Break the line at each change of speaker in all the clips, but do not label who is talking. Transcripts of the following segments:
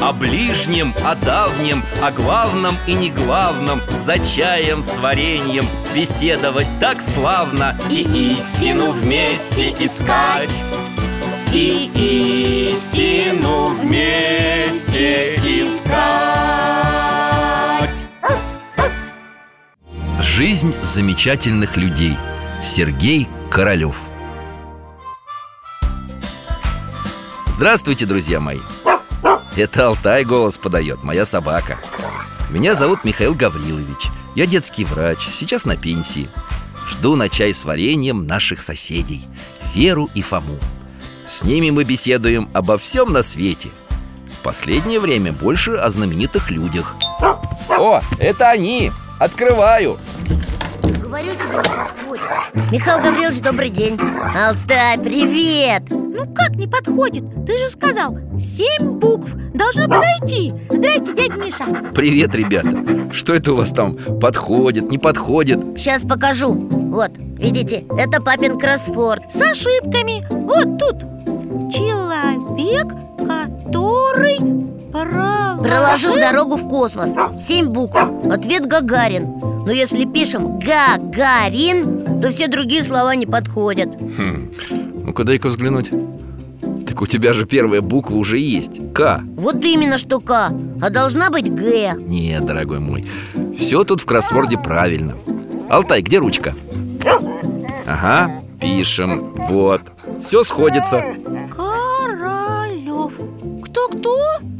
О ближнем, о давнем, о главном и не главном За чаем с вареньем беседовать так славно И истину вместе искать И истину вместе искать Жизнь замечательных людей Сергей Королев Здравствуйте, друзья мои! Это Алтай голос подает, моя собака Меня зовут Михаил Гаврилович Я детский врач, сейчас на пенсии Жду на чай с вареньем наших соседей Веру и Фому С ними мы беседуем обо всем на свете В последнее время больше о знаменитых людях О, это они! Открываю!
Говорю тебе, Михаил Гаврилович, добрый день Алтай, привет
Ну как не подходит? Ты же сказал, семь букв должно подойти Здрасте, дядя Миша
Привет, ребята! Что это у вас там? Подходит, не подходит?
Сейчас покажу Вот, видите, это папин кроссворд
С ошибками Вот тут Человек, который проложил,
Проложил дорогу в космос Семь букв Ответ Гагарин Но если пишем Гагарин То все другие слова не подходят
Хм. Ну-ка дай-ка взглянуть Так у тебя же первая буква уже есть К
Вот именно что К А должна быть Г
Нет, дорогой мой Все тут в кроссворде правильно Алтай, где ручка? Ага, пишем, вот Все сходится
Королев Кто-кто?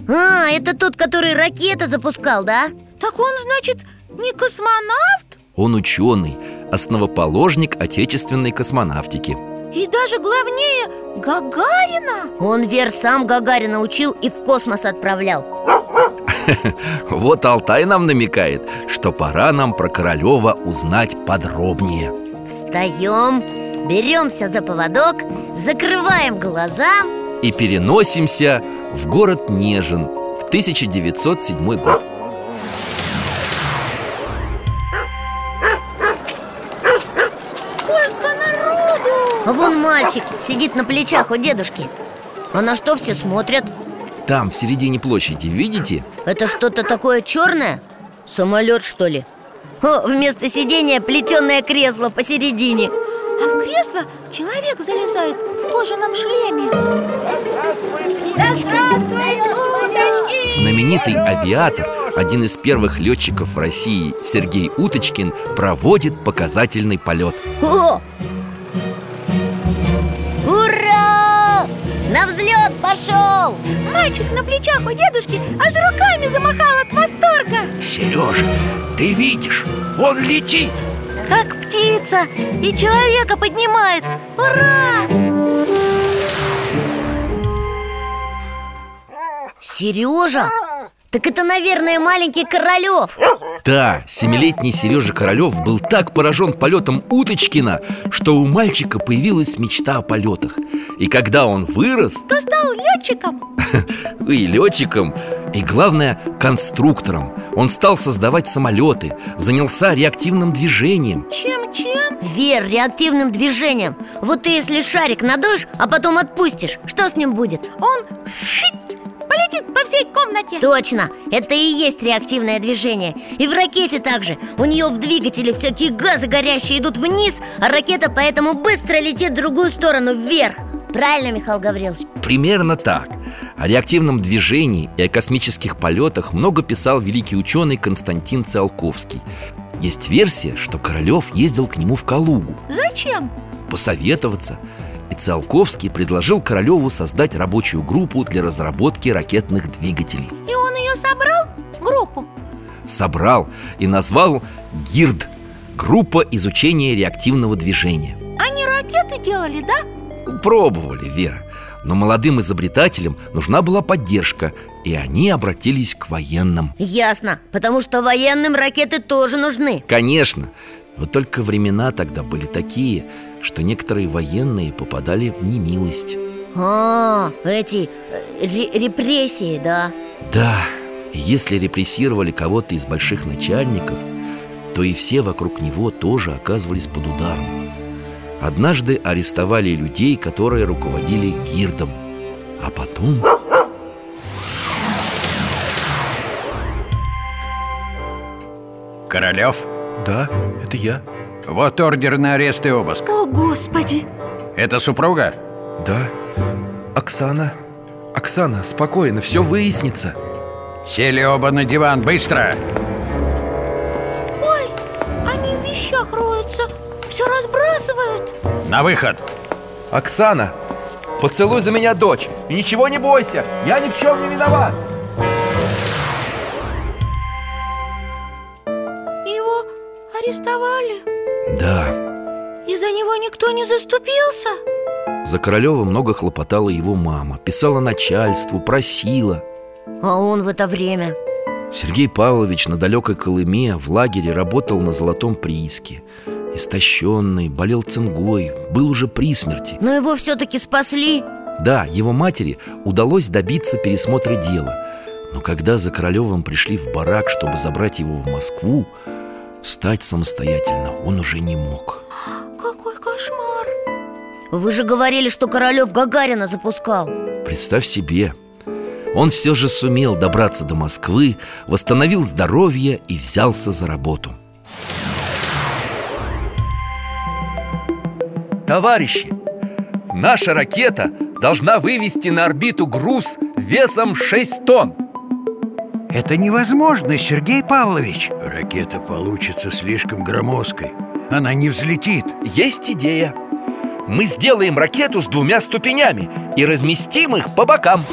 А, это тот, который ракеты запускал, да?
Так он, значит, не космонавт?
Он ученый, основоположник отечественной космонавтики
И даже главнее, Гагарина?
Он Вер сам Гагарина учил и в космос отправлял
Вот Алтай нам намекает, что пора нам про Королева узнать подробнее
Встаем, беремся за поводок Закрываем глаза
И переносимся в город Нежин в 1907 год
Сколько народу!
А вон мальчик сидит на плечах у дедушки А на что все смотрят?
Там, в середине площади, видите?
Это что-то такое черное? Самолет, что ли? О, вместо сидения плетеное кресло посередине
А в кресло человек залезает в кожаном шлеме
Знаменитый авиатор, один из первых летчиков в России Сергей Уточкин проводит показательный полет.
О! Ура! На взлет пошел!
Мальчик на плечах у дедушки аж руками замахал от восторга
Сережа, ты видишь, он летит!
Как птица и человека поднимает Ура!
Сережа? Так это, наверное, маленький Королев
Да, семилетний Сережа Королев был так поражен полетом Уточкина, что у мальчика появилась мечта о полетах. И когда он вырос,
То стал летчиком
и летчиком, и, главное, конструктором, он стал создавать самолеты, занялся реактивным движением.
Чем-чем?
Вер, реактивным движением Вот ты если шарик надуешь, а потом отпустишь Что с ним будет?
Он шить, полетит по всей комнате
Точно, это и есть реактивное движение И в ракете также У нее в двигателе всякие газы горящие идут вниз А ракета поэтому быстро летит в другую сторону, вверх Правильно, Михаил Гаврилович?
Примерно так. О реактивном движении и о космических полетах много писал великий ученый Константин Циолковский. Есть версия, что Королев ездил к нему в Калугу
Зачем?
посоветоваться. И Циолковский предложил Королеву создать рабочую группу для разработки ракетных двигателей.
И он ее собрал, группу
Собрал и назвал ГИРД – Группа изучения реактивного движения.
Они ракеты делали, да?
Пробовали, Вера, Но молодым изобретателям нужна была поддержка, и они обратились к военным.
Ясно, потому что военным ракеты тоже нужны
Конечно, вот только времена тогда были такие, что некоторые военные попадали в немилость.
А, эти э, ре- репрессии, да
Да, и если репрессировали кого-то из больших начальников, то и все вокруг него тоже оказывались под ударом. Однажды арестовали людей, которые руководили гирдом. А потом...
Королев,
Да, это я.
вот ордер на арест и обыск.
О, Господи!
Это супруга?
Да. Оксана. Оксана, спокойно, все выяснится.
Сели оба на диван, быстро!
Ой, они в вещах роются, все разбрасывают
На выход!
Оксана, поцелуй за меня дочь. И ничего не бойся, я ни в чем не виноват.
Его арестовали
Да,
И за него никто не заступился
за Королева много хлопотала его мама, писала начальству, просила.
А он в это время
Сергей Павлович на далекой Колыме в лагере работал на золотом прииске. Истощенный, болел цингой, был уже при смерти.
Но его все-таки спасли
Да, его матери удалось добиться пересмотра дела. Но когда за Королевым пришли в барак, чтобы забрать его в Москву, встать самостоятельно он уже не мог.
Какой кошмар
Вы же говорили, что Королев Гагарина запускал
Представь себе, он все же сумел добраться до Москвы, восстановил здоровье и взялся за работу. Товарищи, наша ракета должна вывести на орбиту груз весом 6 тонн.
Это невозможно, Сергей Павлович.
Ракета получится слишком громоздкой. Она не взлетит.
Есть идея. Мы сделаем ракету с двумя ступенями и разместим их по бокам.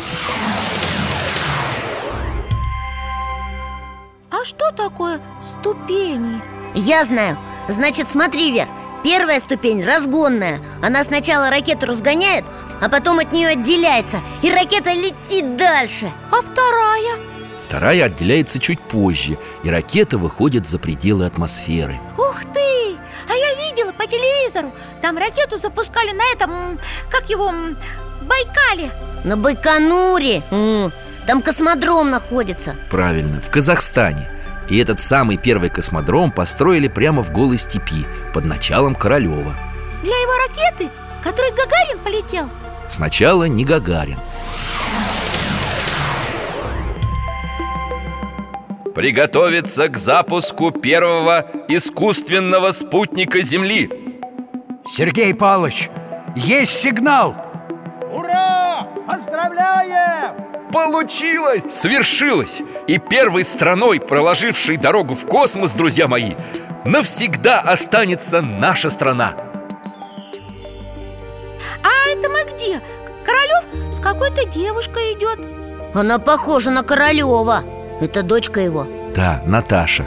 А что такое ступени?
Я знаю Значит, смотри, Вер Первая ступень разгонная Она сначала ракету разгоняет А потом от нее отделяется И ракета летит дальше
А вторая?
Вторая отделяется чуть позже, и ракета выходит за пределы атмосферы.
Ух ты! А я видела по телевизору Там ракету запускали на этом, м, как его, м, Байкале
На Байконуре М, Там космодром находится
Правильно, в Казахстане. И этот самый первый космодром построили прямо в голой степи под началом Королева.
Для его ракеты, в которой Гагарин полетел
Сначала не Гагарин. Приготовиться к запуску первого искусственного спутника Земли.
Сергей Павлович, есть сигнал.
Получилось! Свершилось! И первой страной, проложившей дорогу в космос, друзья мои, навсегда останется наша страна.
А это мы где? К- Королев с какой-то девушкой идет
Она похожа на Королева Это дочка его
Да, Наташа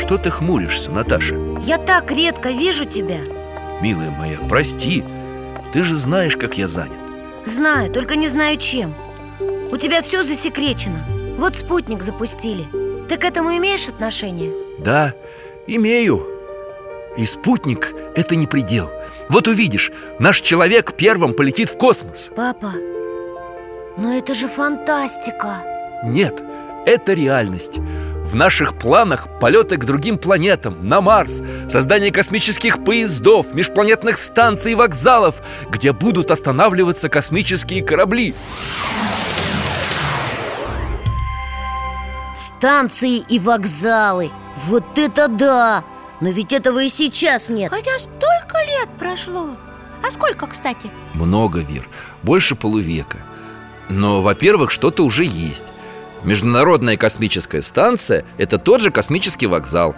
Что ты хмуришься, Наташа?
Я так редко вижу тебя
Милая моя, прости Ты же знаешь, как я занят
Знаю, только не знаю чем У тебя все засекречено Вот спутник запустили Ты к этому имеешь отношение?
Да, имею И спутник – это не предел Вот увидишь, наш человек первым полетит в космос
Папа, но это же фантастика
Нет, это реальность В наших планах полеты к другим планетам, на Марс Создание космических поездов, межпланетных станций и вокзалов Где будут останавливаться космические корабли
Станции и вокзалы Вот это да! Но ведь этого и сейчас нет
Хотя столько лет прошло А сколько, кстати?
Много, Вир, больше полувека Но, во-первых, что-то уже есть Международная космическая станция – это тот же космический вокзал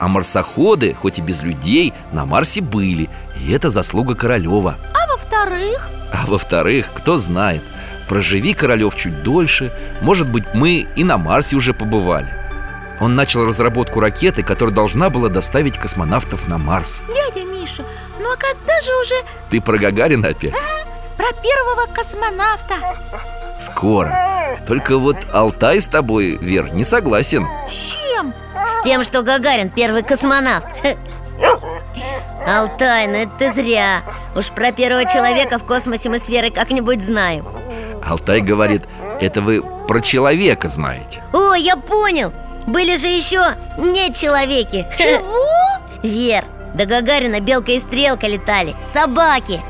А марсоходы, хоть и без людей, на Марсе были И это заслуга Королева
А во-вторых,
А во-вторых, кто знает Проживи Королев чуть дольше Может быть, мы и на Марсе уже побывали Он начал разработку ракеты, которая должна была доставить космонавтов на Марс
дядя Миша Миша, ну а когда же уже
Ты про Гагарина опять?
про первого космонавта?
Скоро Только вот Алтай с тобой, Вер, не согласен
С чем?
С тем, что Гагарин первый космонавт Алтай, ну это ты зря Уж про первого человека в космосе мы с Верой как-нибудь знаем
Алтай говорит, это вы про человека знаете
О, я понял! Были же еще не человеки
Чего?
Вер, до Гагарина белка и стрелка летали Собаки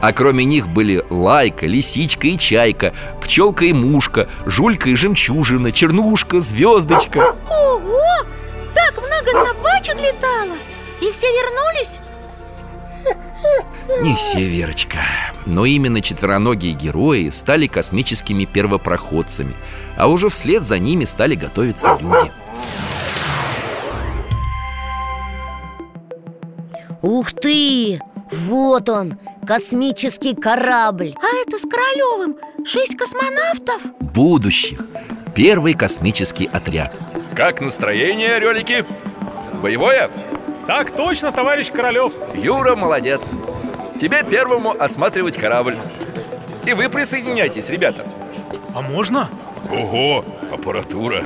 А кроме них были лайка, лисичка и чайка Пчелка и мушка, жулька и жемчужина Чернушка, звездочка
Ого! Так много собачек летало! И все вернулись?
Не все, Верочка Но именно четвероногие герои стали космическими первопроходцами А уже вслед за ними стали готовиться люди
Ух ты! Вот он, космический корабль
А это с Королевым шесть космонавтов?
Будущих Первый космический отряд
Как настроение, Релики? Боевое?
Так точно, товарищ Королев.
Юра, молодец Тебе первому осматривать корабль И вы присоединяйтесь, ребята
А можно?
Ого, аппаратура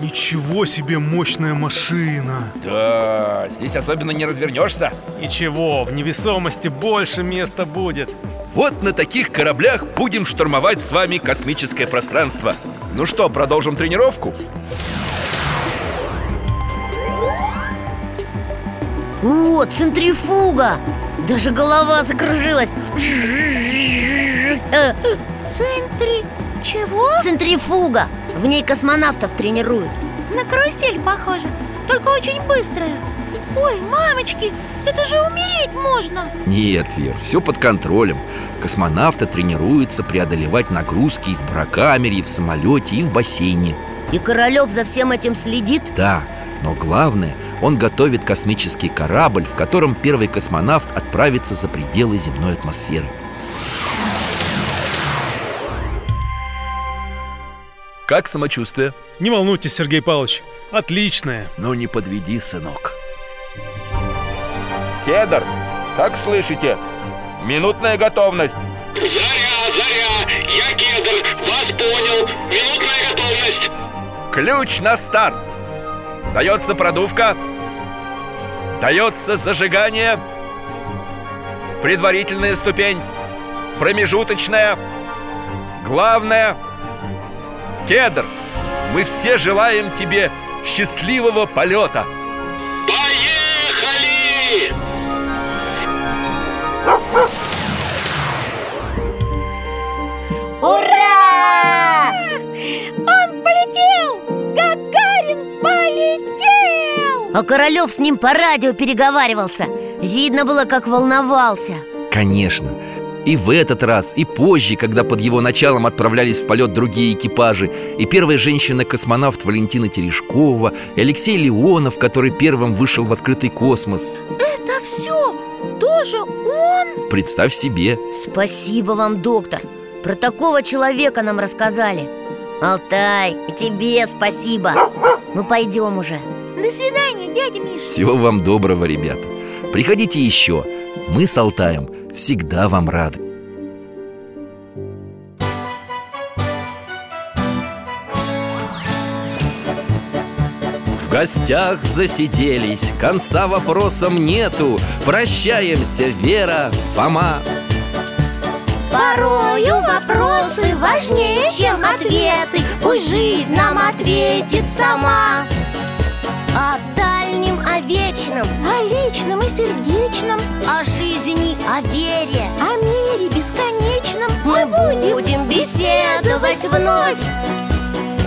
Ничего себе мощная машина.
Да, здесь особенно не развернешься
Ничего, в невесомости больше места будет.
Вот на таких кораблях будем штурмовать с вами космическое пространство
Ну что, продолжим тренировку?
О, центрифуга! Даже голова закружилась Э,
Центри... Чего?
Центрифуга! В ней космонавтов тренируют
На карусель похоже, только очень быстрая Ой, мамочки, это же умереть можно
Нет, Вер, все под контролем Космонавты тренируются преодолевать нагрузки и в бракамере, и в самолете, и в бассейне
И Королев за всем этим следит
Да, но главное, он готовит космический корабль, в котором первый космонавт отправится за пределы земной атмосферы Как самочувствие?
Не волнуйтесь, Сергей Павлович. Отличная.
Ну не подведи, сынок
Кедр, как слышите? Минутная готовность
Заря, заря, я кедр, вас понял. Минутная готовность.
Ключ на старт Дается продувка Дается зажигание Предварительная ступень Промежуточная Главное Кедр Мы все желаем тебе счастливого полета
Поехали!
Ура!
Он полетел! Гагарин полетел!
А Королев с ним по радио переговаривался Видно было, как волновался
Конечно. И в этот раз, и позже, когда под его началом отправлялись в полет другие экипажи, и первая женщина-космонавт Валентина Терешкова, и Алексей Леонов, который первым вышел в открытый космос.
Это все тоже он?
Представь себе,
Спасибо вам, доктор Про такого человека нам рассказали Алтай, и тебе спасибо Мы пойдем уже
До свидания, дядя Миша
всего вам доброго, ребята. Приходите еще. Мы с Алтаем всегда вам рады. В гостях засиделись, конца вопросам нету. Прощаемся, Вера, Фома.
Порою вопросы важнее, чем ответы Пусть жизнь нам ответит сама О дальнем, о вечном,
О личном и сердечном,
о жизни, о вере
о мире бесконечном
Мы будем беседовать вновь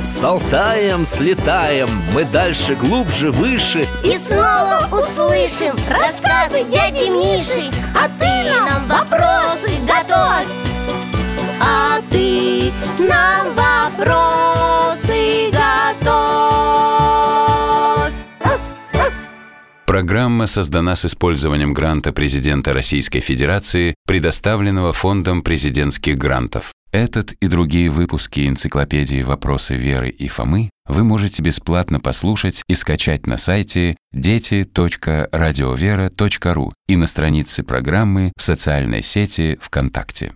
С Алтаем слетаем, мы дальше, глубже, выше.
И снова услышим рассказы дяди Миши А ты нам вопросы готовь А ты нам вопросы готовь
Программа создана с использованием гранта президента Российской Федерации, предоставленного Фондом президентских грантов Этот и другие выпуски энциклопедии «Вопросы Веры и Фомы» вы можете бесплатно послушать и скачать на сайте дети.радиовера.ру и на странице программы в социальной сети ВКонтакте.